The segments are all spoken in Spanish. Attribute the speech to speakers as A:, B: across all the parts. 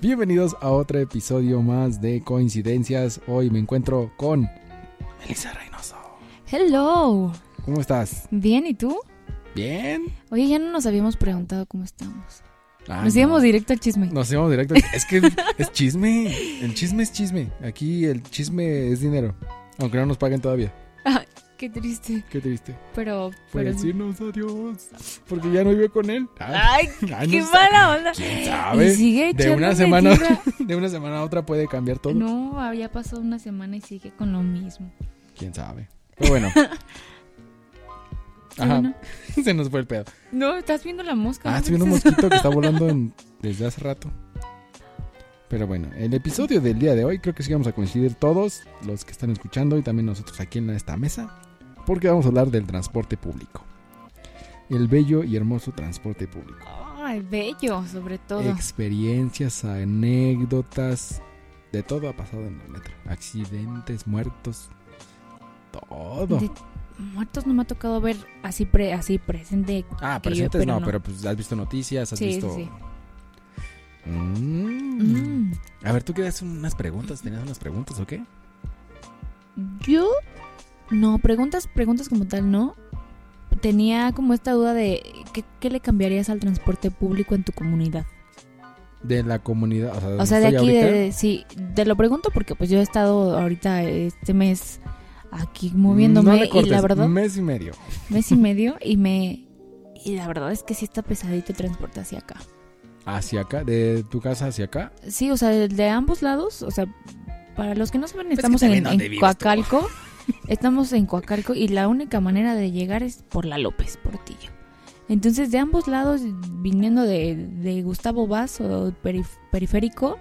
A: Bienvenidos a otro episodio más de Coincidencias. Hoy me encuentro con Melissa Reynoso.
B: Hello.
A: ¿Cómo estás?
B: Bien, ¿y tú?
A: ¿Bien?
B: Oye, ya no nos habíamos preguntado cómo estamos.
A: Ah,
B: nos
A: no.
B: íbamos directo al chisme.
A: Nos íbamos directo. Es que es chisme. El chisme es chisme. Aquí el chisme es dinero. Aunque no nos paguen todavía.
B: Qué triste,
A: Qué triste.
B: pero...
A: Por
B: pero-
A: decirnos adiós. Porque ya no vive con él. Ah,
B: Ay,
A: Pues ay, no
B: qué
A: sé.
B: mala onda.
A: ¿Quién
B: Y
A: sabe?
B: sigue
A: De
B: echando
A: una semana,
B: mentira.
A: de una semana a otra puede cambiar todo.
B: No, había pasado una semana y sigue con lo mismo.
A: ¿Quién sabe? Pero bueno.
B: Y
A: Ajá,
B: bueno,
A: se nos fue el pedo.
B: no, estás viendo la mosca.
A: Ah,
B: ¿no?
A: estoy viendo un mosquito que está volando en- desde hace rato. Pero bueno, el episodio del día de hoy creo que sí vamos a coincidir todos los que están escuchando y también nosotros aquí en esta mesa, porque vamos a hablar del transporte público. El bello y hermoso transporte público.
B: Ay, bello, sobre todo.
A: Experiencias, anécdotas, de todo ha pasado en el metro. Accidentes, muertos, todo.
B: De muertos no me ha tocado ver así pre, así presente.
A: Ah,
B: que yo,
A: presentes
B: pero
A: no,
B: no.
A: pero pues has visto noticias, has
B: Sí, sí,
A: visto...
B: sí.
A: Mm.
B: Mm.
A: A ver, tú querías unas preguntas, tenías unas preguntas o qué?
B: Yo no, preguntas, preguntas como tal, no. Tenía como esta duda de ¿qué, qué le cambiarías al transporte público en tu comunidad.
A: De la comunidad, o sea,
B: O sea, de aquí,
A: ahorita,
B: de, de- sí, te lo pregunto porque pues yo he estado ahorita este mes aquí moviéndome
A: no le
B: y la
A: cortes,
B: verdad,
A: mes y medio.
B: mes y medio y me y la verdad es que sí está pesadito el transporte hacia acá.
A: Hacia acá, de tu casa hacia acá.
B: Sí, o sea, el de ambos lados, o sea, para los que no saben,
A: que
B: estamos
A: también
B: en,
A: donde
B: en
A: vives tú.
B: Coacalco. Estamos en Coacalco y la única manera de llegar es por la López Portillo. Entonces, de ambos lados, viniendo de, de Gustavo Vaz o perif- periférico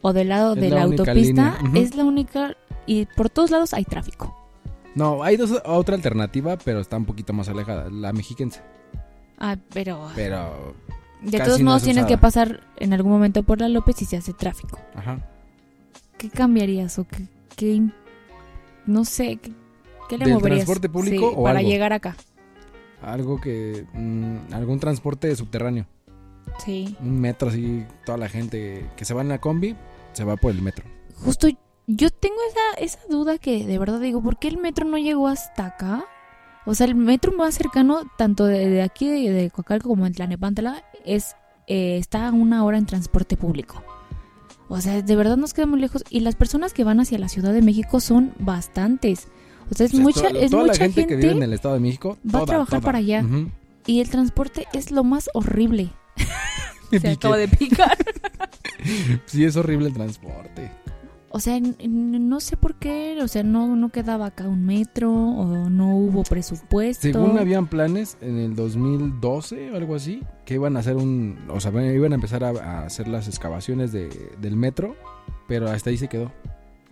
B: o del lado
A: Es
B: de
A: la
B: la,
A: única
B: autopista,
A: línea, ujú.
B: es la única y por todos lados hay tráfico.
A: No, hay dos, otra alternativa, pero está un poquito más alejada, la mexiquense.
B: Ah, pero
A: Pero,
B: de
A: casi
B: todos
A: no
B: modos
A: es
B: tienes
A: usada.
B: que pasar en algún momento por la López y se hace tráfico.
A: ajá.
B: ¿Qué cambiarías o qué, qué im- no sé, qué, qué le
A: ¿Del
B: moverías?
A: transporte público
B: Sí,
A: o
B: para
A: algo?
B: llegar acá?
A: Algo que, mm, algún transporte subterráneo.
B: Sí.
A: Un metro así, toda la gente que se va en la combi, se va por el metro.
B: Justo yo tengo esa esa duda que de verdad digo, ¿por qué el metro no llegó hasta acá? O sea, el metro más cercano, tanto de, de aquí de, de Coacalco como en Tlanepantla, es eh, está a una hora en transporte público. O sea, de verdad nos queda muy lejos. Y las personas que van hacia la Ciudad de México son bastantes. O sea, es
A: O sea,
B: mucha,
A: toda,
B: es
A: toda
B: mucha
A: la gente, que vive en el Estado de México
B: va a
A: toda,
B: trabajar
A: toda.
B: para allá.
A: Ujú.
B: y el transporte es lo más horrible.
A: Me
B: Se acaba
A: piqué.
B: de picar.
A: Sí, es horrible el transporte.
B: O sea, n- n- no sé por qué, o sea, no, no quedaba acá un metro o no hubo presupuesto.
A: Según habían planes en el 2012 o algo así, que iban a hacer un, o sea, iban a empezar a, a hacer las excavaciones de, del metro, pero hasta ahí se quedó.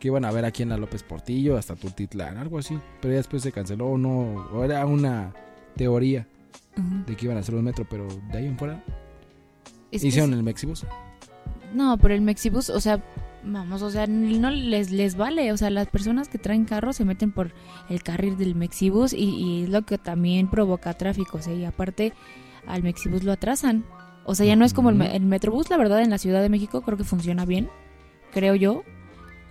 A: Que iban a ver aquí en la López Portillo, hasta Tutitlán, algo así. Pero ya después se canceló o no, o era una teoría
B: Ajá.
A: de que iban a hacer un metro, pero de ahí en fuera
B: Es que
A: hicieron
B: sí-
A: el Mexibus.
B: No, pero el Mexibus, o sea, vamos, o sea, n- no les, les vale. O sea, las personas que traen carros se meten por el carril del Mexibus y, y es lo que también provoca tráfico. O sea, y aparte al Mexibus lo atrasan. O sea, ya no es como el, me-
A: Ujú.
B: el Metrobús, la verdad, en la Ciudad de México creo que funciona bien, creo yo.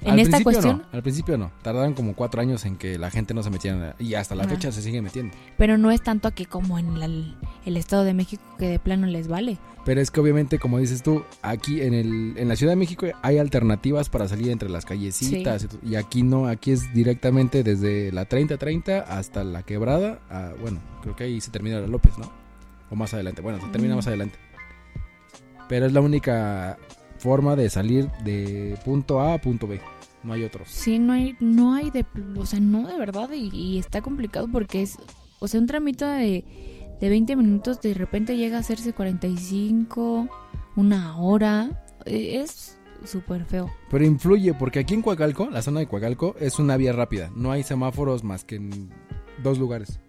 B: En
A: al
B: esta
A: principio
B: cuestión,
A: No, al principio no, tardaron como cuatro años en que la gente no se metiera y hasta la
B: Ah.
A: fecha se sigue metiendo.
B: pero no es tanto aquí como en la- el Estado de México que de plano les vale.
A: Pero es que obviamente, como dices tú, aquí en, el, en la Ciudad de México hay alternativas para salir entre las callecitas. y tu- Y aquí no, aquí es directamente desde la 30-30 hasta la quebrada. a- bueno, creo que ahí se termina la López, ¿no? O más adelante. Bueno, se termina
B: Mm.
A: más adelante. Pero es la única forma de salir de punto A a punto B. No hay otros.
B: Sí, no hay, no hay de, pl- o sea, no de verdad y, y está complicado porque es, o sea, un tramito de, de 20 minutos de repente llega a hacerse 45, una hora, eh, es súper feo.
A: Pero influye, porque aquí en Coacalco, la zona de Coacalco, es una vía rápida. No hay semáforos más que en dos lugares.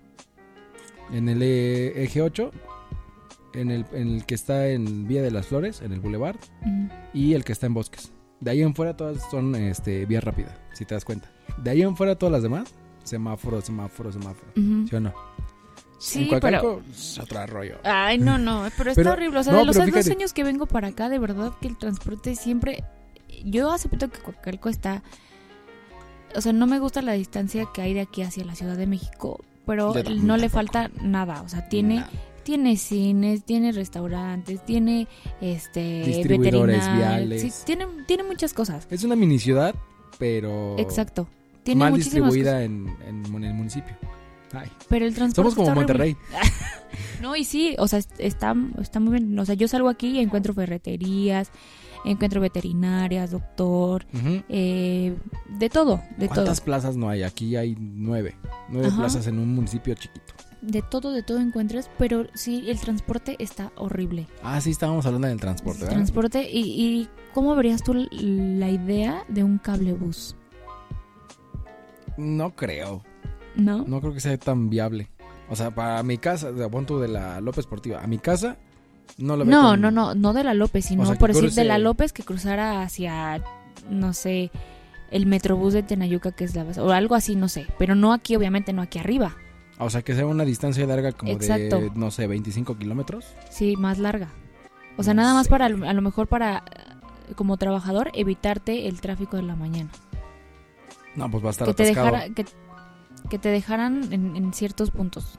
A: En el eh, eje 8, en el, en el que está en Vía de las Flores, en el Boulevard,
B: Mm.
A: y el que está en Bosques. De ahí en fuera todas son este, vía rápida, si te das cuenta. De ahí en fuera todas las demás, semáforo, semáforo, semáforo.
B: Ujú.
A: ¿Sí o no?
B: Sí,
A: en Coacalco es otro rollo.
B: Ay, no, no, pero está
A: Pero-
B: horrible. O sea,
A: no,
B: de los
A: pero
B: dos
A: fíjate.
B: años que vengo para acá, de verdad que el transporte siempre... Yo acepto que Coacalco está... O sea, no me gusta la distancia que hay de aquí hacia la Ciudad de México, pero
A: Yo tam-
B: no le
A: tampoco.
B: falta nada. O sea, tiene,
A: Nah.
B: tiene cines, tiene restaurantes, tiene este
A: Distribuidores
B: veterinarios,
A: viales.
B: sí, tiene, tiene muchas cosas.
A: Es una mini ciudad, pero
B: Exacto. Tiene
A: Oh. mal
B: muchísimas cosas,
A: distribuida en, en, mon- el municipio. Ay,
B: pero el transporte
A: somos como
B: está horrible.
A: Monterrey.
B: No, y sí, o sea, es- está, está muy bien. O sea, yo salgo aquí y encuentro ferreterías, encuentro veterinarias, doctor,
A: Ujú.
B: eh, de todo, de todo.
A: ¿Cuántas plazas no hay? Aquí hay nueve. Nueve
B: Ajá.
A: plazas en un municipio chiquito.
B: De todo, de todo encuentras, pero sí, el transporte está horrible.
A: Ah, sí, estábamos hablando del
B: El
A: transporte, ¿eh? ¿verdad?
B: transporte, y, y ¿cómo verías tú la idea de un cablebús?
A: No creo.
B: ¿No?
A: No creo que sea tan viable. O sea, para mi casa, de punto de la López Portiva, a mi casa no lo veo.
B: No,
A: tan-
B: no, no, no de la López, sino
A: sea, que
B: por decir
A: cruce-
B: de la López que cruzara hacia, no sé, el metrobús de Tenayuca, que es la base, o algo así, no sé. Pero no aquí, obviamente, no aquí arriba.
A: O sea, que sea una distancia larga como de,
B: Exacto.
A: no sé, 25 kilómetros.
B: Sí, más larga. O sea,
A: No
B: nada más
A: sé.
B: para, a lo mejor para, eh, como trabajador, evitarte el tráfico de la mañana.
A: No, pues va a estar
B: Que te,
A: atascado.
B: dejara, que, que te dejaran en, en ciertos puntos.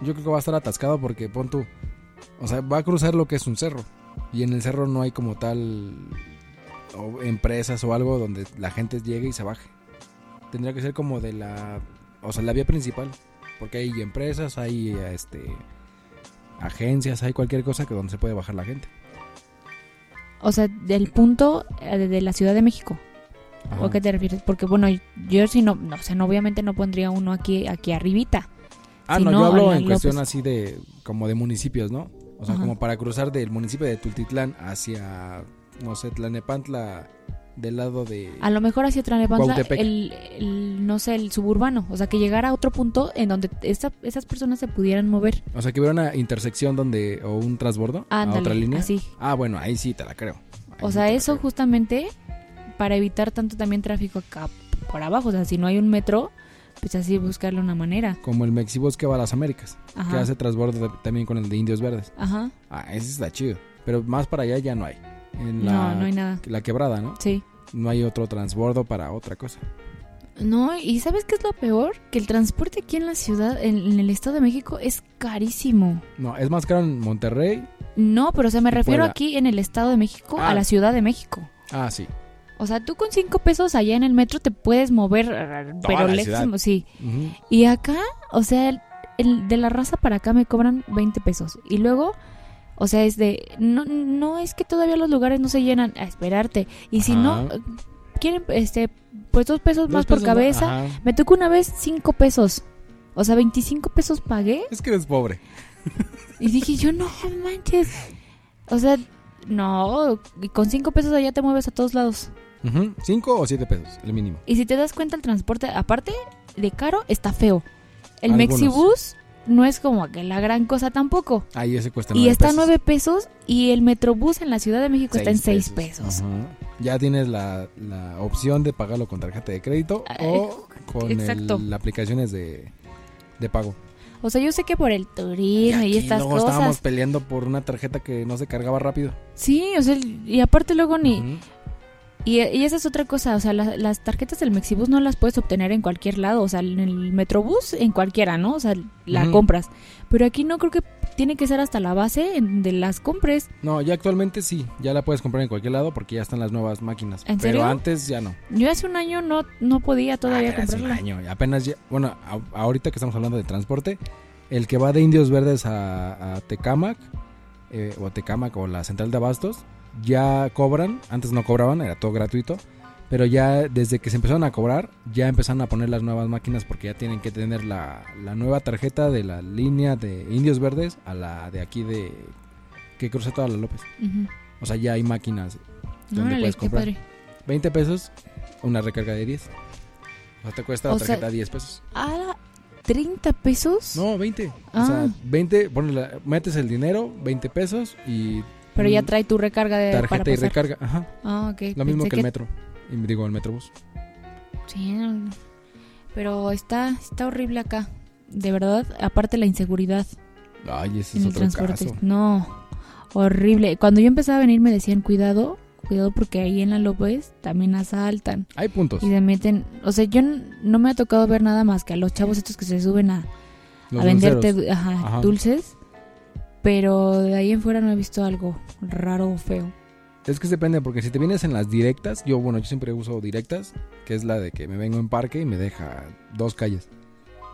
A: Yo creo que va a estar atascado porque pon tú. O sea, va a cruzar lo que es un cerro. Y en el cerro no hay como tal o empresas o algo donde la gente llegue y se baje. Tendría que ser como de la. O sea, la vía principal. Porque hay empresas, hay este agencias, hay cualquier cosa que donde se puede bajar la gente.
B: O sea, del punto eh, de, de la Ciudad de México. ¿O
A: Ajá.
B: a qué te refieres? Porque, bueno, yo si no, no, o sea, no, obviamente no pondría uno aquí, aquí arribita.
A: Ah,
B: Si
A: no,
B: no,
A: yo hablo
B: Alan
A: en cuestión
B: López.
A: así de como de municipios, ¿no? O sea,
B: Ajá.
A: como para cruzar del municipio de Tultitlán hacia no sé, Tlanepantla del lado de
B: A lo mejor hacia Tlalnepantla,
A: Cuautepec.
B: el, el, no sé, el suburbano. O sea, que llegara a otro punto en donde esta, esas personas se pudieran mover.
A: O sea, que hubiera una intersección donde o un transbordo a
B: Ándale,
A: otra línea.
B: así.
A: Ah, bueno, ahí sí te la creo. Ahí
B: O
A: sí
B: sea,
A: te la
B: eso
A: creo.
B: justamente para evitar tanto también tráfico acá por abajo. O sea, si no hay un metro, pues así buscarle una manera.
A: como el Mexibus que va a las Américas, que
B: Ajá.
A: hace transbordo de- también con el de Indios Verdes.
B: Ajá.
A: Ah, ese está chido, pero más para allá ya no hay. En la,
B: No, no hay nada.
A: la quebrada, ¿no?
B: Sí.
A: No hay otro transbordo para otra cosa.
B: No, y ¿sabes qué es lo peor? Que el transporte aquí en la ciudad, en, en el Estado de México, es carísimo.
A: No, es más caro en Monterrey.
B: No, pero o sea, me
A: Y
B: refiero
A: Puebla.
B: aquí en el Estado de México
A: Pues Ah.
B: a la Ciudad de México.
A: Ah, sí.
B: O sea, tú con cinco pesos allá en el metro te puedes mover, pero
A: la
B: lejísimo, sí.
A: Ujú.
B: Y acá, o sea, el- el- de la raza para acá me cobran 20 pesos. Y luego, o sea, es de. No, no es que todavía los lugares no se llenan a esperarte. Y si no,
A: Ajá.
B: eh, quieren, este, pues dos pesos
A: Dos
B: más
A: pesos,
B: por
A: ¿no?
B: cabeza.
A: Ajá.
B: Me tocó una vez cinco pesos. O sea, 25 pesos pagué.
A: Es que eres pobre.
B: Y dije, yo no manches. O sea, no. y Con cinco pesos allá te mueves a todos lados.
A: Ujú. Cinco o siete pesos, el mínimo.
B: Y si te das cuenta, el transporte, aparte de caro, está feo. El
A: Algunos.
B: Mexibus no es como que la gran cosa tampoco.
A: Ahí ese cuesta
B: y
A: nueve
B: está a
A: pesos.
B: nueve pesos y el Metrobús en la Ciudad de México está en seis pesos.
A: Ajá. Ya tienes la, la opción de pagarlo con tarjeta de crédito
B: Ah,
A: o con el-
B: exacto.
A: aplicaciones de, de pago.
B: O sea, yo sé que por el turismo y,
A: aquí
B: estas
A: luego
B: cosas.
A: estábamos peleando por una tarjeta que no se cargaba rápido.
B: Sí, o sea, y aparte luego ni...
A: Ujú.
B: Y, y esa es otra cosa, o sea, la- las tarjetas del Mexibus no las puedes obtener en cualquier lado, o sea, en el Metrobús, en cualquiera, ¿no? O sea, la
A: Ujú.
B: compras. Pero aquí no creo que tiene que ser hasta la base en de las compres.
A: No, ya actualmente sí, ya la puedes comprar en cualquier lado porque ya están las nuevas máquinas.
B: ¿En
A: pero
B: serio?
A: antes ya no.
B: Yo hace un año no, no podía todavía
A: Ah, pero hace un
B: comprarla.
A: año, Apenas ya- bueno, a- ahorita que estamos hablando de transporte, el que va de Indios Verdes a, a Tecámac, eh, o a Tecámac o la central de abastos, ya cobran, antes no cobraban, era todo gratuito, pero ya desde que se empezaron a cobrar, ya empezaron a poner las nuevas máquinas porque ya tienen que tener la, la nueva tarjeta de la línea de Indios Verdes a la de aquí de que cruza toda la López.
B: Ujú.
A: O sea, ya hay máquinas, ¿Dónde
B: Órale,
A: puedes
B: qué
A: comprar?
B: padre.
A: 20 pesos, una recarga de 10. O sea, te cuesta la
B: O sea,
A: tarjeta 10 pesos.
B: Ah, 30 pesos.
A: No, 20. O
B: Ah.
A: sea, 20, bueno, la- metes el dinero, 20 pesos y...
B: Pero ya
A: mm,
B: trae tu recarga de para
A: Tarjeta y
B: pasar.
A: recarga, ajá.
B: Ah, ok.
A: Lo mismo
B: pensé
A: que el metro. Y digo, el metrobús.
B: Sí, no, no. pero está, está horrible acá. de verdad, aparte la inseguridad
A: Ay, ese es
B: en el
A: otro
B: transporte.
A: caso.
B: No, horrible. Cuando yo empezaba a venir me decían, cuidado, cuidado porque ahí en la López también asaltan
A: Hay puntos.
B: y se meten. O sea, yo n- no me ha tocado ver nada más que a los chavos estos que se suben a,
A: Los
B: a venderte
A: dulceros.
B: du- ajá,
A: Ajá.
B: dulces. Pero de ahí en fuera no he visto algo raro o feo.
A: Es que depende, porque si te vienes en las directas, yo, bueno, yo siempre uso directas, que es la de que me vengo en parque y me deja dos calles.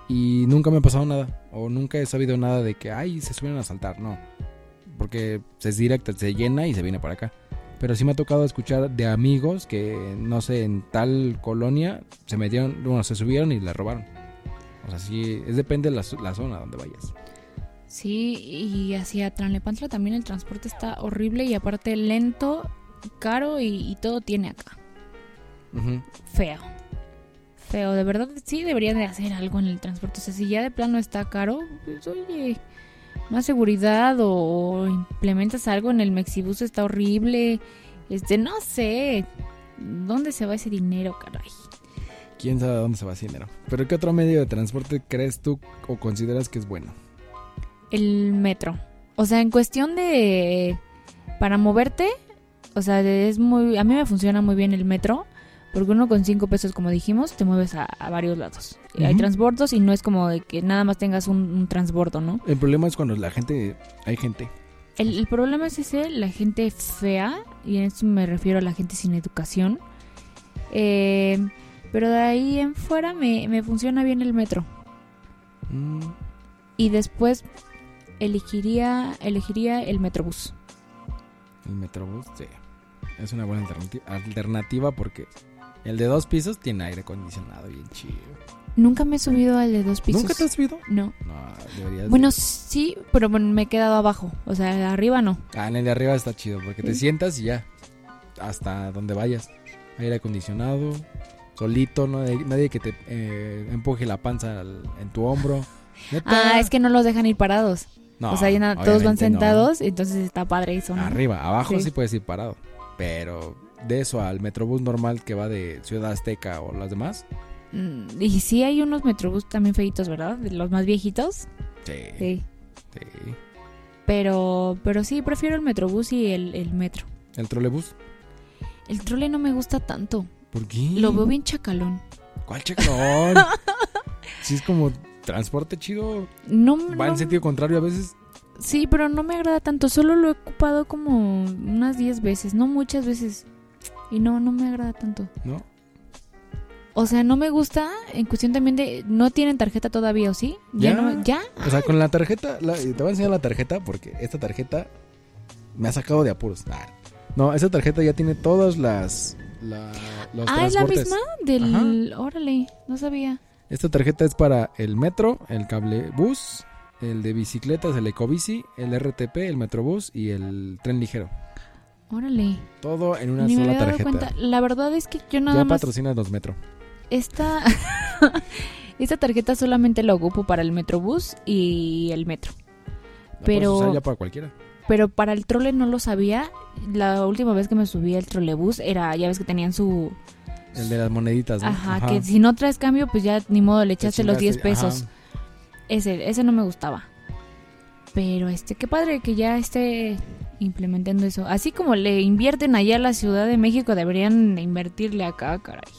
A: Y nunca me ha pasado nada, o nunca he sabido nada de que, ay, se suelen a saltar, no. Porque es directa, se llena y se viene para acá. Pero sí me ha tocado escuchar de amigos que, no sé, en tal colonia se metieron, bueno, se subieron y la robaron. O sea, sí, es depende de la, zo- la zona donde vayas.
B: Sí, y hacia Tlanepantla también el transporte está horrible y aparte lento, caro y, y todo tiene acá.
A: Ujú.
B: Feo. Feo, de verdad sí deberían de hacer algo en el transporte. O sea, si ya de plano está caro, pues oye, más seguridad o, o implementas algo en el Mexibus está horrible. Este, no sé. ¿Dónde se va ese dinero, caray?
A: Quién sabe a dónde se va ese dinero. Pero ¿qué otro medio de transporte crees tú o consideras que es bueno?
B: El metro. O sea, en cuestión de. Para moverte, o sea, es muy. A mí me funciona muy bien el metro. Porque uno con cinco pesos, como dijimos, te mueves a, a varios lados. Y Hay
A: Ujú.
B: transbordos y no es como de que nada más tengas un, un transbordo, ¿no?
A: El problema es cuando la gente, hay gente.
B: El, el problema es ese, la gente fea, y en eso me refiero a la gente sin educación. Eh, pero de ahí en fuera me, me funciona bien el metro.
A: Mm,
B: Y después elegiría, elegiría el metrobús.
A: el Metrobús, sí. Es una buena alternati- alternativa porque el de dos pisos tiene aire acondicionado bien chido.
B: Nunca me he subido al de dos pisos.
A: ¿Nunca te has subido?
B: No.
A: No, deberías. de-
B: Bueno, sí, pero bueno, me he quedado abajo. O sea, arriba no.
A: Ah, en el de arriba está chido porque te
B: Sí.
A: sientas y ya. Hasta donde vayas. Aire acondicionado, solito, no hay- nadie que te eh, empuje la panza al- en tu hombro.
B: Ah, es que no los dejan ir parados. o sea, ya na- todos van sentados, entonces está padre eso. ¿no?
A: Arriba, abajo sí.
B: Sí.
A: puedes ir parado. Pero de eso al metrobús normal que va de Ciudad Azteca o las demás.
B: Mm, Y sí hay unos metrobús también feitos, ¿verdad? De los más viejitos.
A: Sí.
B: Sí.
A: sí.
B: Pero, pero sí, prefiero el metrobús y el, el metro.
A: El trolebús.
B: El trole no me gusta tanto.
A: ¿Por qué?
B: Lo veo bien chacalón.
A: ¿Cuál chacón? sí, es como transporte chido.
B: No,
A: Va
B: no-
A: en sentido contrario a veces.
B: Sí, pero no me agrada tanto. Solo lo he ocupado como unas 10 veces, no muchas veces. Y no, no me agrada tanto.
A: ¿No?
B: O sea, no me gusta en cuestión también de... No tienen tarjeta todavía, ¿o sí? ¿Ya?
A: Ya.
B: no me- ¿Ya?
A: O sea, con la tarjeta. la- te voy a enseñar la tarjeta porque esta tarjeta me ha sacado de apuros. Ah, No, esta tarjeta ya tiene todas las. la- los
B: ah, ¿es la
A: transportes.
B: misma? Del... Órale, no sabía.
A: Esta tarjeta es para el metro, el cablebús, el de bicicletas, el ecobici, el RTP, el metrobús y el tren ligero.
B: Órale.
A: Todo en una
B: Ni me
A: sola
B: había dado
A: tarjeta.
B: cuenta. La verdad es que yo nada
A: ya
B: más...
A: patrocinas los metro.
B: Esta... Esta tarjeta solamente la ocupo para el Metrobús y el metro.
A: La
B: Pero-
A: puedes usar ya para cualquiera.
B: Pero para el trole no lo sabía. La última vez que me subí al trolebús era, ya ves que tenían su...
A: El de las moneditas, ¿no?
B: Ajá, que si no traes cambio, pues ya ni modo, le
A: Te
B: echaste los 10
A: chingaste,
B: pesos.
A: ajá.
B: Ese, ese no me gustaba. Pero este, qué padre que ya esté implementando eso. Así como le invierten allá a la Ciudad de México, deberían invertirle acá, caray.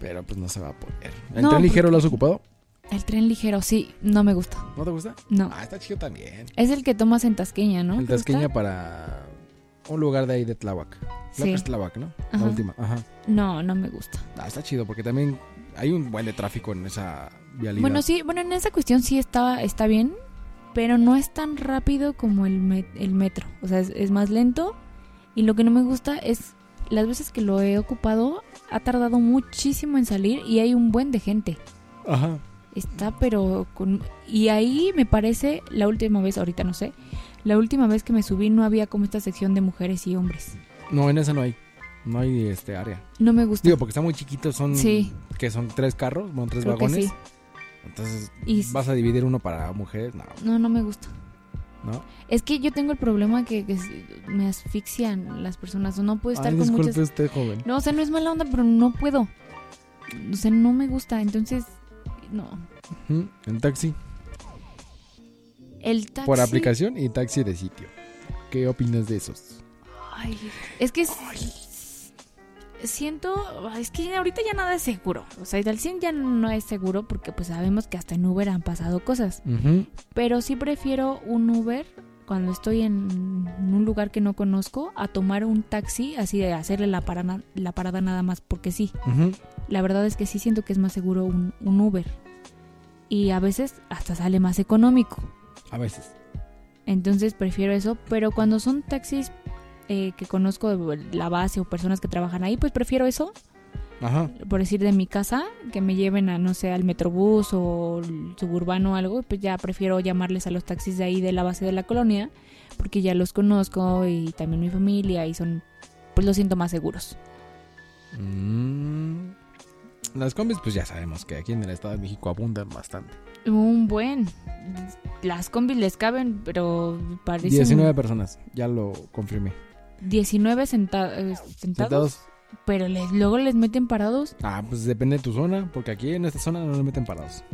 A: Pero pues no se va a poder. ¿El
B: No,
A: tren ligero lo has ocupado?
B: El tren ligero, sí, no me gusta.
A: ¿No te gusta?
B: No.
A: Ah, está chido también.
B: Es el que tomas en Tasqueña, ¿no?
A: el
B: ¿Te gusta?
A: Tasqueña para un lugar de ahí de Tláhuac. Creo
B: Sí.
A: que es Tláhuac, ¿no? La
B: Ajá.
A: última. Ajá.
B: No, no me gusta.
A: Ah, está chido porque también hay un buen de tráfico en esa vialidad.
B: Bueno, sí, bueno, en esa cuestión sí está, está bien, pero no es tan rápido como el, me- el metro. O sea, es, es más lento. Y lo que no me gusta es las veces que lo he ocupado, ha tardado muchísimo en salir y hay un buen de gente.
A: Ajá.
B: Está, pero con. Y ahí me parece, la última vez, ahorita no sé, la última vez que me subí no había como esta sección de mujeres y hombres.
A: No, en esa no hay. No hay este área.
B: No me gusta.
A: Digo, porque está muy chiquito, son
B: Sí.
A: que son tres carros, bueno, tres
B: Creo que
A: vagones.
B: sí.
A: Entonces, pues,
B: Y-
A: vas a dividir uno para mujeres, no,
B: No, no me gusta.
A: ¿no?
B: Es que yo tengo el problema que, que s- me asfixian las personas. O no puedo estar
A: Ay,
B: con
A: disculpe
B: muchas
A: usted, joven.
B: No, o sea, no es mala onda, pero no puedo. O sea, no me gusta. Entonces, no.
A: Ujú, En taxi,
B: El taxi.
A: por aplicación y taxi de sitio. ¿Qué opinas de esos?
B: Ay, es que. s- Siento. Es que ahorita ya nada es seguro. O sea, al 100 ya no es seguro porque, pues, sabemos que hasta en Uber han pasado cosas.
A: Ujú,
B: Pero sí prefiero un Uber cuando estoy en un lugar que no conozco a tomar un taxi así de hacerle la parada, la parada nada más porque sí.
A: ujú.
B: La verdad es que sí siento que es más seguro un, un Uber. Y a veces hasta sale más económico.
A: A veces.
B: Entonces prefiero eso, pero cuando son taxis eh, que conozco de la base o personas que trabajan ahí, pues prefiero eso,
A: Ajá.
B: por decir de mi casa, que me lleven a, no sé, al metrobús o el suburbano o algo, pues ya prefiero llamarles a los taxis de ahí de la base de la colonia, porque ya los conozco y también mi familia y son, pues los siento más seguros.
A: Mm. Las combis, pues ya sabemos que aquí en el Estado de México abundan bastante.
B: Un buen. Las combis les caben, pero parecen
A: 19 personas, ya lo confirmé.
B: 19 senta- eh, sentados,
A: ¿Sentados?
B: pero les, luego les meten parados.
A: Ah, pues depende de tu zona, porque aquí en esta zona no nos meten parados.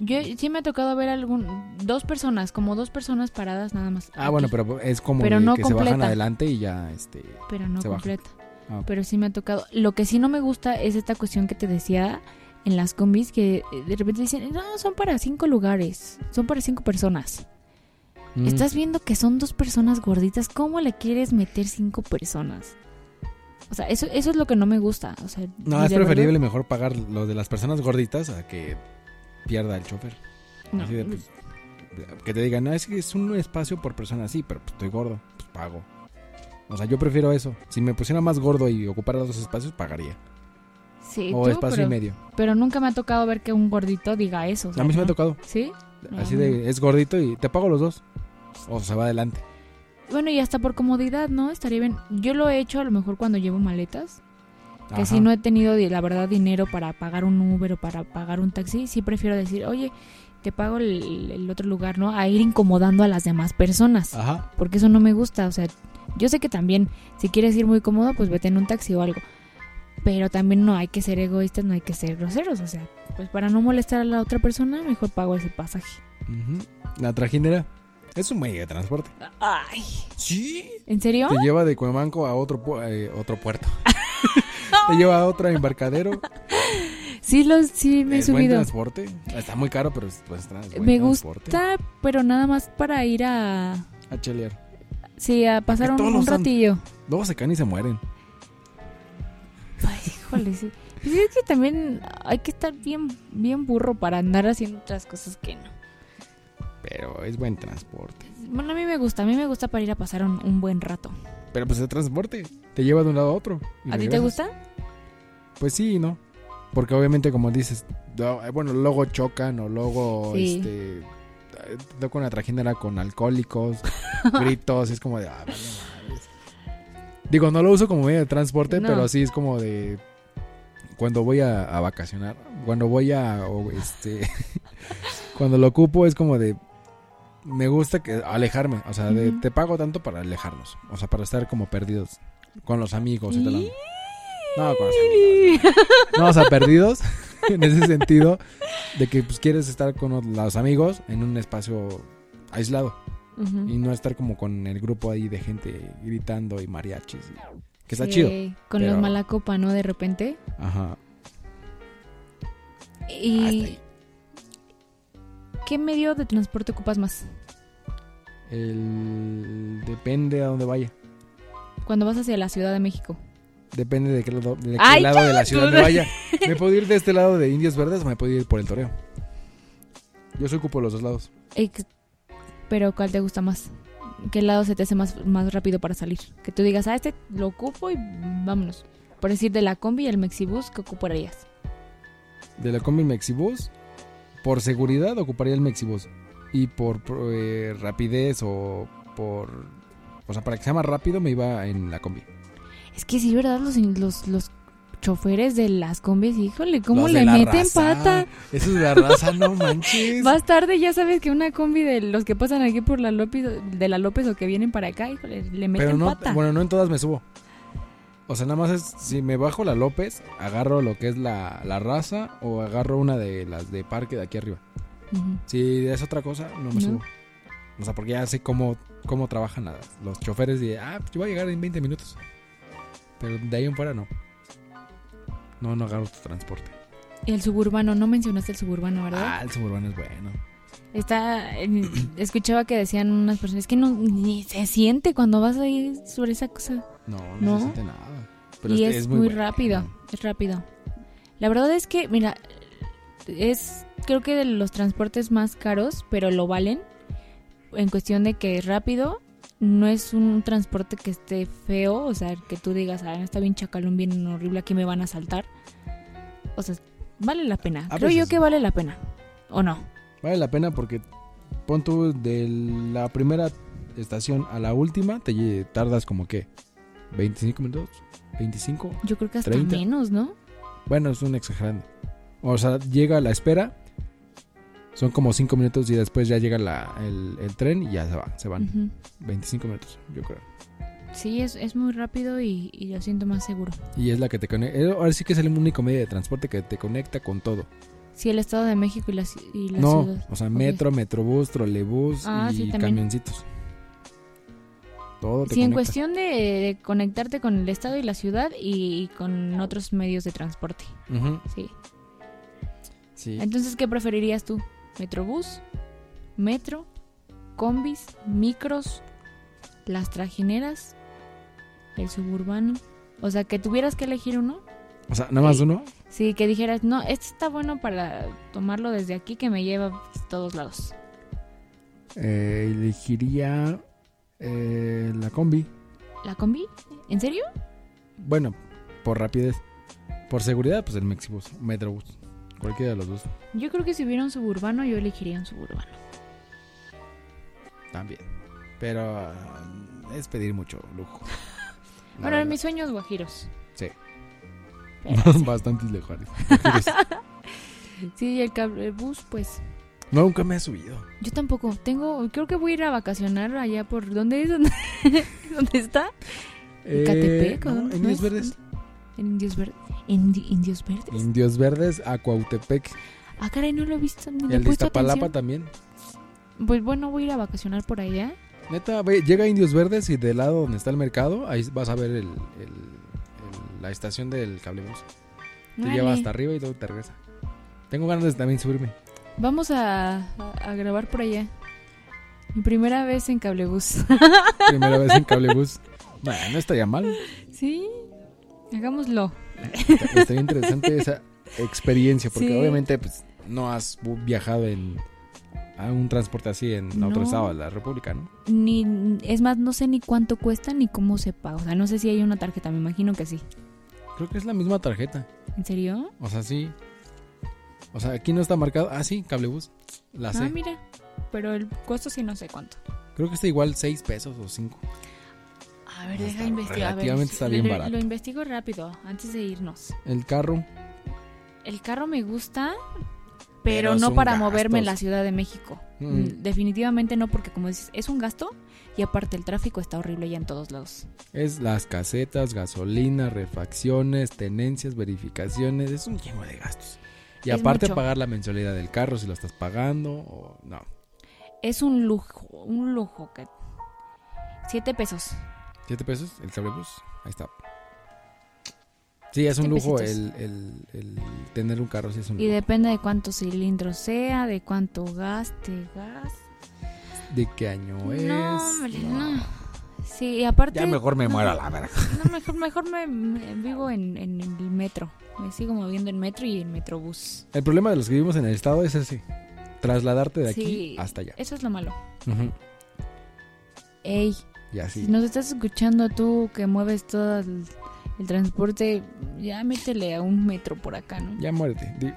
B: Yo sí me ha tocado ver algún dos personas, como dos personas paradas nada más.
A: Ah,
B: aquí,
A: bueno, pero es como
B: Pero
A: de
B: no
A: que se
B: completa.
A: bajan adelante y ya, este...
B: pero no
A: se baja.
B: completa.
A: Ah.
B: Pero sí me ha tocado. Lo que sí no me gusta es esta cuestión que te decía en las combis que eh, de repente dicen, "No, son para cinco lugares, son para cinco personas."
A: mm,
B: Estás viendo que son dos personas gorditas, ¿cómo le quieres meter cinco personas? O sea, eso eso es lo que no me gusta, o sea,
A: No,
B: y
A: es
B: de verdad-
A: preferible mejor pagar lo de las personas gorditas a que pierda el chofer.
B: No.
A: Así de, pues, que te digan, no, es que es un espacio por persona, sí, pero pues, estoy gordo, pues pago. O sea, yo prefiero eso. Si me pusiera más gordo y ocupara los dos espacios, pagaría.
B: Sí,
A: o
B: tú,
A: espacio
B: pero,
A: y medio.
B: pero nunca me ha tocado ver que un gordito diga eso. o sea,
A: A mí se me ha
B: ¿no? Ah.
A: tocado.
B: ¿Sí? No,
A: Así
B: no.
A: de, es gordito y te pago los dos. O se va adelante.
B: Bueno, y hasta por comodidad, ¿no? Estaría bien. Yo lo he hecho a lo mejor cuando llevo maletas, que
A: Ajá.
B: si no he tenido, di- la verdad, dinero para pagar un Uber o para pagar un taxi, sí prefiero decir, oye, te pago el, el otro lugar, ¿no? A ir incomodando a las demás personas,
A: Ajá.
B: porque eso no me gusta, o sea, yo sé que también, si quieres ir muy cómodo, pues vete en un taxi o algo, pero también no hay que ser egoístas, no hay que ser groseros, o sea, pues para no molestar a la otra persona, mejor pago ese pasaje.
A: Ujú. La trajinera es un medio de transporte.
B: Ay,
A: Sí.
B: ¿en serio?
A: Te lleva de Cuemanco a otro, pu- eh, otro puerto. Te lleva a otro embarcadero.
B: Sí, los, sí me he
A: es buen
B: subido.
A: transporte. Está muy caro, pero es, pues, trans- buen
B: Me
A: transporte.
B: gusta, pero nada más para ir a.
A: A chelear.
B: Sí, a pasar
A: Porque
B: un,
A: todos
B: un
A: los dan.
B: ratillo.
A: Luego se caen y se mueren.
B: Ay, híjole, sí. Pues es que también hay que estar bien, bien burro para andar haciendo otras cosas que no.
A: Pero es buen transporte.
B: Bueno, a mí me gusta, a mí me gusta para ir a pasar un, un buen rato.
A: Pero pues es transporte. Te lleva de un lado a otro. y
B: ¿A ti te
A: regresas.
B: gusta?
A: Pues sí, y ¿no? Porque obviamente, como dices, no, eh, bueno, luego chocan o luego
B: Sí.
A: este, eh, te toca una trajinera con alcohólicos, gritos, es como de. ah, vale madres. Digo, no lo uso como medio de transporte,
B: No.
A: pero sí es como de. Cuando voy a, a vacacionar, cuando voy a. o, este, cuando lo ocupo es como de. Me gusta que alejarme, o sea, de,
B: Ujú.
A: te pago tanto para alejarnos, o sea, para estar como perdidos con los amigos y tal. No, con los amigos. No, o sea, perdidos en ese sentido de que pues quieres estar con los amigos en un espacio aislado
B: Ujú.
A: y no estar como con el grupo ahí de gente gritando y mariachis. y- que está
B: Sí,
A: chido.
B: Con
A: pero-
B: los mala copa, ¿no? De repente.
A: Ajá. Ah, está
B: ¿Y
A: ahí.
B: qué medio de transporte ocupas más?
A: El... Depende a dónde vaya.
B: Cuando vas hacia la Ciudad de México.
A: Depende de qué lado de, qué
B: Ay, pues,
A: lado de la ciudad
B: tú
A: me
B: no-
A: vaya. Me puedo ir de este lado de Indias Verdes o me puedo ir por el Toreo. Yo soy ocupo los dos lados.
B: Ex- Pero ¿cuál te gusta más? ¿Qué lado se te hace más, más rápido para salir? Que tú digas, ah, este lo ocupo y vámonos. Por decir, de la combi y el mexibus, ¿qué ocuparías?
A: de la combi Mexibus, por seguridad ocuparía el Mexibus. Y por, por, eh, rapidez o por... O sea, para que sea más rápido me iba en la combi.
B: Es que sí, ¿verdad? Los, los, los choferes de las combis, híjole, ¿cómo
A: Los de
B: le
A: la
B: meten
A: raza.
B: pata?
A: Eso es la raza, no manches.
B: Más tarde ya sabes que una combi de los que pasan aquí por la López, de la López o que vienen para acá, híjole, le meten
A: Pero no,
B: pata.
A: bueno, no en todas me subo. O O sea, nada más es si me bajo la López, agarro lo que es la, la raza o agarro una de las de parque de aquí arriba.
B: Ujú.
A: Si es otra cosa, no me
B: No.
A: subo. O sea, porque ya sé cómo, cómo trabajan las- los choferes de, ah, pues yo voy a llegar en 20 minutos. Pero de ahí en fuera no. No, no agarro tu transporte.
B: El suburbano, no mencionaste el suburbano, ¿verdad?
A: Ah, el suburbano es bueno.
B: Está, eh, escuchaba que decían unas personas, es que no, ni se siente cuando vas ahí sobre esa cosa.
A: No, no,
B: ¿No?
A: se siente nada. Pero
B: y
A: este
B: es, muy,
A: bueno.
B: rápido, es rápido. La verdad es que, mira, es creo que de los transportes más caros, pero lo valen en cuestión de que es rápido. No es un transporte que esté feo, o sea, que tú digas, ah, está bien chacalón, bien horrible, aquí me van a saltar. O sea, vale la pena.
A: A
B: Creo yo
A: veces.
B: que vale la pena. ¿O no?
A: Vale la pena porque pon tú de la primera estación a la última, te lle- tardas como que 25 minutos, 25.
B: Yo creo que hasta
A: 30.
B: menos, ¿no?
A: Bueno, es un exagerando. O sea, llega la espera, son como 5 minutos y después ya llega la- el, el tren y ya se va, se van.
B: Ujú.
A: 25 minutos, yo creo.
B: Sí, es, es muy rápido y, y lo siento más seguro.
A: Y es la que te conecta. eh, Ahora sí que es el único medio de transporte que te conecta con todo.
B: Sí, el Estado de México y las, y las
A: no,
B: ciudades.
A: o sea,
B: Ok.
A: metro, metrobús, trolebús
B: Ah,
A: y
B: sí, también.
A: camioncitos. Todo te
B: Sí, en
A: conecta.
B: cuestión de, de conectarte con el Estado y la ciudad y, y con otros medios de transporte.
A: Ujú,
B: Sí.
A: sí.
B: Entonces, ¿qué preferirías tú? ¿Metrobús? ¿Metro? ¿Combis? ¿Micros? ¿Las trajineras? ¿El suburbano? O sea, que tuvieras que elegir uno.
A: O sea, nada más
B: eh,
A: uno.
B: Sí, que dijeras, no, este está bueno para tomarlo desde aquí que me lleva a todos lados.
A: Eh, elegiría eh, la combi.
B: ¿La combi? ¿En serio?
A: Bueno, por rapidez. Por seguridad, pues el Mexibus, Metrobús. Cualquiera de los dos.
B: Yo creo que si hubiera un suburbano, yo elegiría un suburbano.
A: También. Pero ah, es pedir mucho lujo. La
B: bueno, en
A: verdad.
B: mis sueños guajiros.
A: Sí.
B: Pero
A: Bastantes lejanos.
B: Sí, el cablebús, pues.
A: Nunca me he subido.
B: Yo tampoco. Tengo, creo que voy a ir a vacacionar allá por. ¿Dónde es? ¿Dónde, dónde está? ¿En Catepec o
A: Eh, no,
B: dónde?
A: en
B: ¿No
A: Indios
B: es?
A: Verdes.
B: En Indios Verdes. ¿En Di- Indios Verdes?
A: Indios Verdes, Acuautepec.
B: Ah, caray, no lo he visto. Ni
A: Y
B: le he
A: el de
B: puesto
A: Iztapalapa
B: atención.
A: también.
B: Pues bueno, voy a ir a vacacionar por allá.
A: Neta, ve, llega a Indios Verdes y del lado donde está el mercado, ahí vas a ver el, el- el- la estación del cablebús. Te
B: Órale.
A: lleva hasta arriba y luego te regresa. Tengo ganas de también subirme.
B: Vamos a, a- a grabar por allá. Mi primera vez en cablebús.
A: Primera vez en cablebús. Bueno, no estaría mal.
B: sí, hagámoslo.
A: Está- Estaría interesante esa experiencia, porque
B: Sí.
A: obviamente pues, no has bu- viajado en a un transporte así en otro
B: No.
A: estado de la República, ¿no?
B: Ni, es más, no sé ni cuánto cuesta ni cómo se paga. O sea, no sé si hay una tarjeta, me imagino que sí.
A: Creo que es la misma tarjeta.
B: ¿En serio?
A: O sea, sí. O sea, aquí no está marcado. Ah, sí, cablebús. La
B: Ah,
A: C.
B: mira. Pero el costo sí no sé cuánto.
A: Creo que está igual 6 pesos o 5.
B: A ver,
A: Está
B: deja investigar. A ver,
A: relativamente está bien
B: lo-
A: barato.
B: Lo investigo rápido antes de irnos.
A: El carro.
B: El carro me gusta, pero,
A: Pero
B: no
A: son
B: para moverme en
A: gastos.
B: la Ciudad de México.
A: Mm.
B: Mm, Definitivamente no, porque como dices, es un gasto y aparte el tráfico está horrible ya en todos lados.
A: Es las casetas, gasolina, refacciones, tenencias, verificaciones. Es un chingo de gastos. Y
B: Es
A: aparte
B: mucho.
A: pagar la mensualidad del carro si lo estás pagando o no.
B: Es un lujo, un lujo. Que... Siete pesos.
A: ¿Siete pesos? El cablebus. Ahí está. Sí, es un
B: Siete
A: lujo el,
B: pesitos.
A: el- el tener un carro. Sí, es un
B: Y
A: lujo.
B: depende de cuántos cilindros sea, de cuánto gaste gas.
A: ¿De qué año es?
B: No, hombre,
A: Pues, No.
B: no. Sí, y aparte...
A: Ya mejor me
B: no.
A: muero a la verga.
B: No, mejor, mejor me, me- vivo en, en el metro. Me sigo moviendo en metro y en metrobús.
A: El problema de los que vivimos en el estado es ese. Trasladarte de aquí
B: Sí.
A: hasta allá.
B: Eso es lo malo.
A: Ujú.
B: Ey,
A: Y así.
B: si nos estás escuchando tú que mueves todo el, el transporte, ya métele a un metro por acá, ¿no?
A: Ya muérete. Di-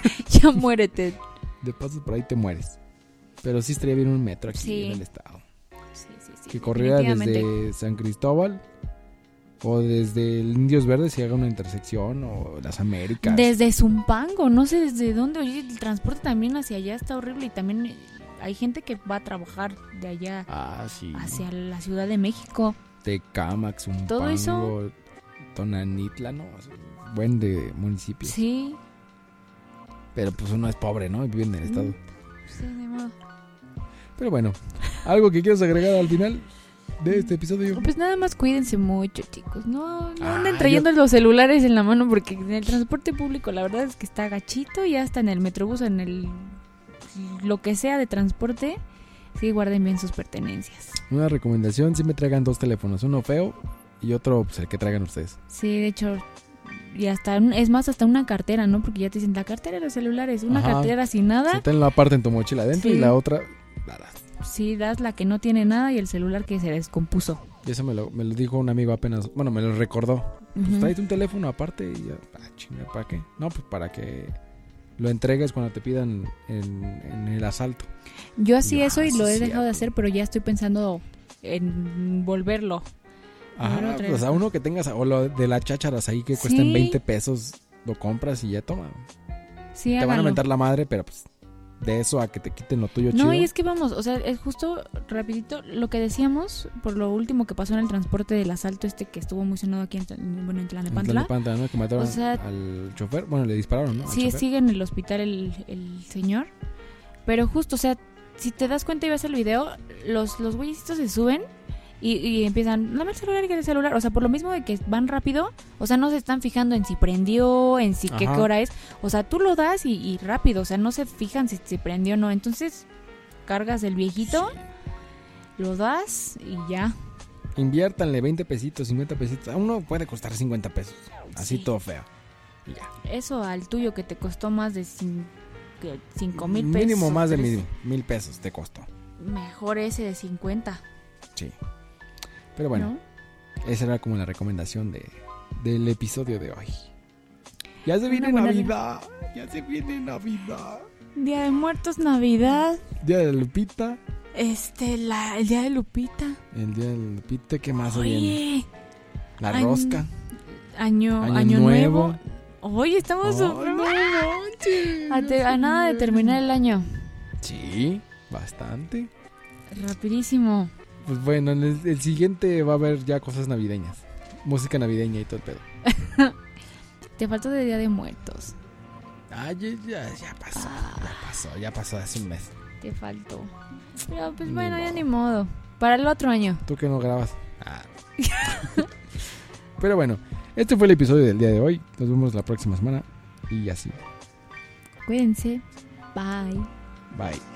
A: ah,
B: Ya muérete.
A: de paso por ahí te mueres. Pero sí estaría bien un metro aquí
B: Sí.
A: en el estado.
B: Sí, sí, sí.
A: Que corriera
B: definitivamente.
A: desde San Cristóbal o desde el Indios Verdes y haga una intersección o las Américas.
B: Desde Zumpango, no sé desde dónde. Oye, el transporte también hacia allá está horrible y también eh, hay gente que va a trabajar de allá
A: Ah, sí.
B: hacia la Ciudad de México.
A: Tecamax, un
B: Todo eso
A: Tonanitla, ¿no? O sea, buen de municipio.
B: Sí,
A: Pero pues uno es pobre, ¿no? Y vive en
B: Mm.
A: el estado.
B: sí, ni modo.
A: Pero bueno, ¿algo que quieras agregar al final de este episodio?
B: Pues nada más cuídense mucho, chicos. No, no
A: Ah,
B: anden
A: yo-
B: trayendo los celulares en la mano porque en el transporte público la verdad es que está gachito y hasta en el metrobús, en el lo que sea de transporte, sí guarden bien sus pertenencias.
A: Una recomendación, si me traigan dos teléfonos, uno feo y otro pues, el que traigan ustedes.
B: Sí, de hecho y hasta un- es más hasta una cartera, ¿no? Porque ya te dicen la cartera de los celulares, una
A: Ajá.
B: cartera sin nada,
A: Si ten la parte en tu mochila adentro
B: ¿Ah? Sí.
A: y la otra... nada.
B: sí das la que no tiene nada y el celular que se descompuso.
A: Y eso me lo, me lo dijo un amigo apenas, bueno, me lo recordó. Pues
B: Ujú.
A: tráete un teléfono aparte y ya, ah, chinga, ¿para qué? No, pues para que lo entregues cuando te pidan en, en el asalto.
B: Yo así
A: Ah,
B: eso y
A: sí
B: lo he
A: es
B: dejado de
A: cierto.
B: hacer, pero ya estoy pensando en volverlo. Claro,
A: Ajá,
B: otra
A: pues
B: vez.
A: a uno que tengas, o lo de las chácharas ahí que cuestan
B: Sí.
A: 20 pesos, lo compras y ya toma.
B: Sí,
A: Te van a
B: háganlo.
A: mentar la madre, pero pues de eso a que te quiten lo tuyo chido.
B: No, y es que vamos, o sea, es justo rapidito lo que decíamos por lo último que pasó en el transporte del asalto este que estuvo muy sonado aquí en, Tla- bueno, en
A: En
B: Tlanepantla.
A: Tlalnepantla, ¿no? Que mataron
B: O sea-
A: al chofer. Bueno, le dispararon, ¿no? Al
B: Sí,
A: chofer.
B: sigue en el hospital el, el señor. Pero justo, o sea, si te das cuenta y ves el video, los, los güeyesitos se suben y, y empiezan, dame el celular, que el celular. O sea, por lo mismo de que van rápido, o sea, no se están fijando en si prendió, en si qué, qué
A: Ajá.
B: hora es. O sea, tú lo das y, y rápido, o sea, no se fijan si, si prendió o no. Entonces, cargas el viejito, lo das y ya.
A: Inviértanle 20 pesitos, 50 pesitos. A uno puede costar 50 pesos. Así
B: Sí.
A: todo feo. Y ya.
B: Eso al tuyo que te costó más de cin- que cinco mil pesos.
A: Mínimo más de
B: tres-
A: mil, mil pesos te costó.
B: Mejor ese de 50.
A: Sí. Pero bueno,
B: ¿no?
A: esa era como la recomendación de, del episodio de hoy. Ya se
B: Una
A: viene
B: buena-
A: Navidad. Ya se viene Navidad.
B: Día de Muertos, Navidad,
A: Día de Lupita.
B: este, la, el día de Lupita.
A: El día de Lupita, ¿qué más se viene?
B: Oye,
A: La
B: ay,
A: rosca.
B: año,
A: Año
B: año,
A: nuevo.
B: nuevo. Oye, estamos
A: Ay,
B: súper
A: no manches,
B: a, te-
A: ya
B: a
A: se
B: nada de
A: viene.
B: terminar el año.
A: Sí, bastante.
B: Rapidísimo.
A: Pues bueno, en el, el siguiente va a haber ya cosas navideñas. Música navideña y todo el pedo.
B: Te faltó de Día de Muertos.
A: Ay, ya, ya- ya pasó. Ya pasó, ya pasó hace un mes.
B: Te faltó. Pero pues
A: Ni
B: bueno, ya
A: modo.
B: ni modo. Para el otro año.
A: Tú que no grabas. Pero bueno, este fue el episodio del día de hoy. Nos vemos la próxima semana. Y así.
B: Cuídense. Bye.
A: Bye.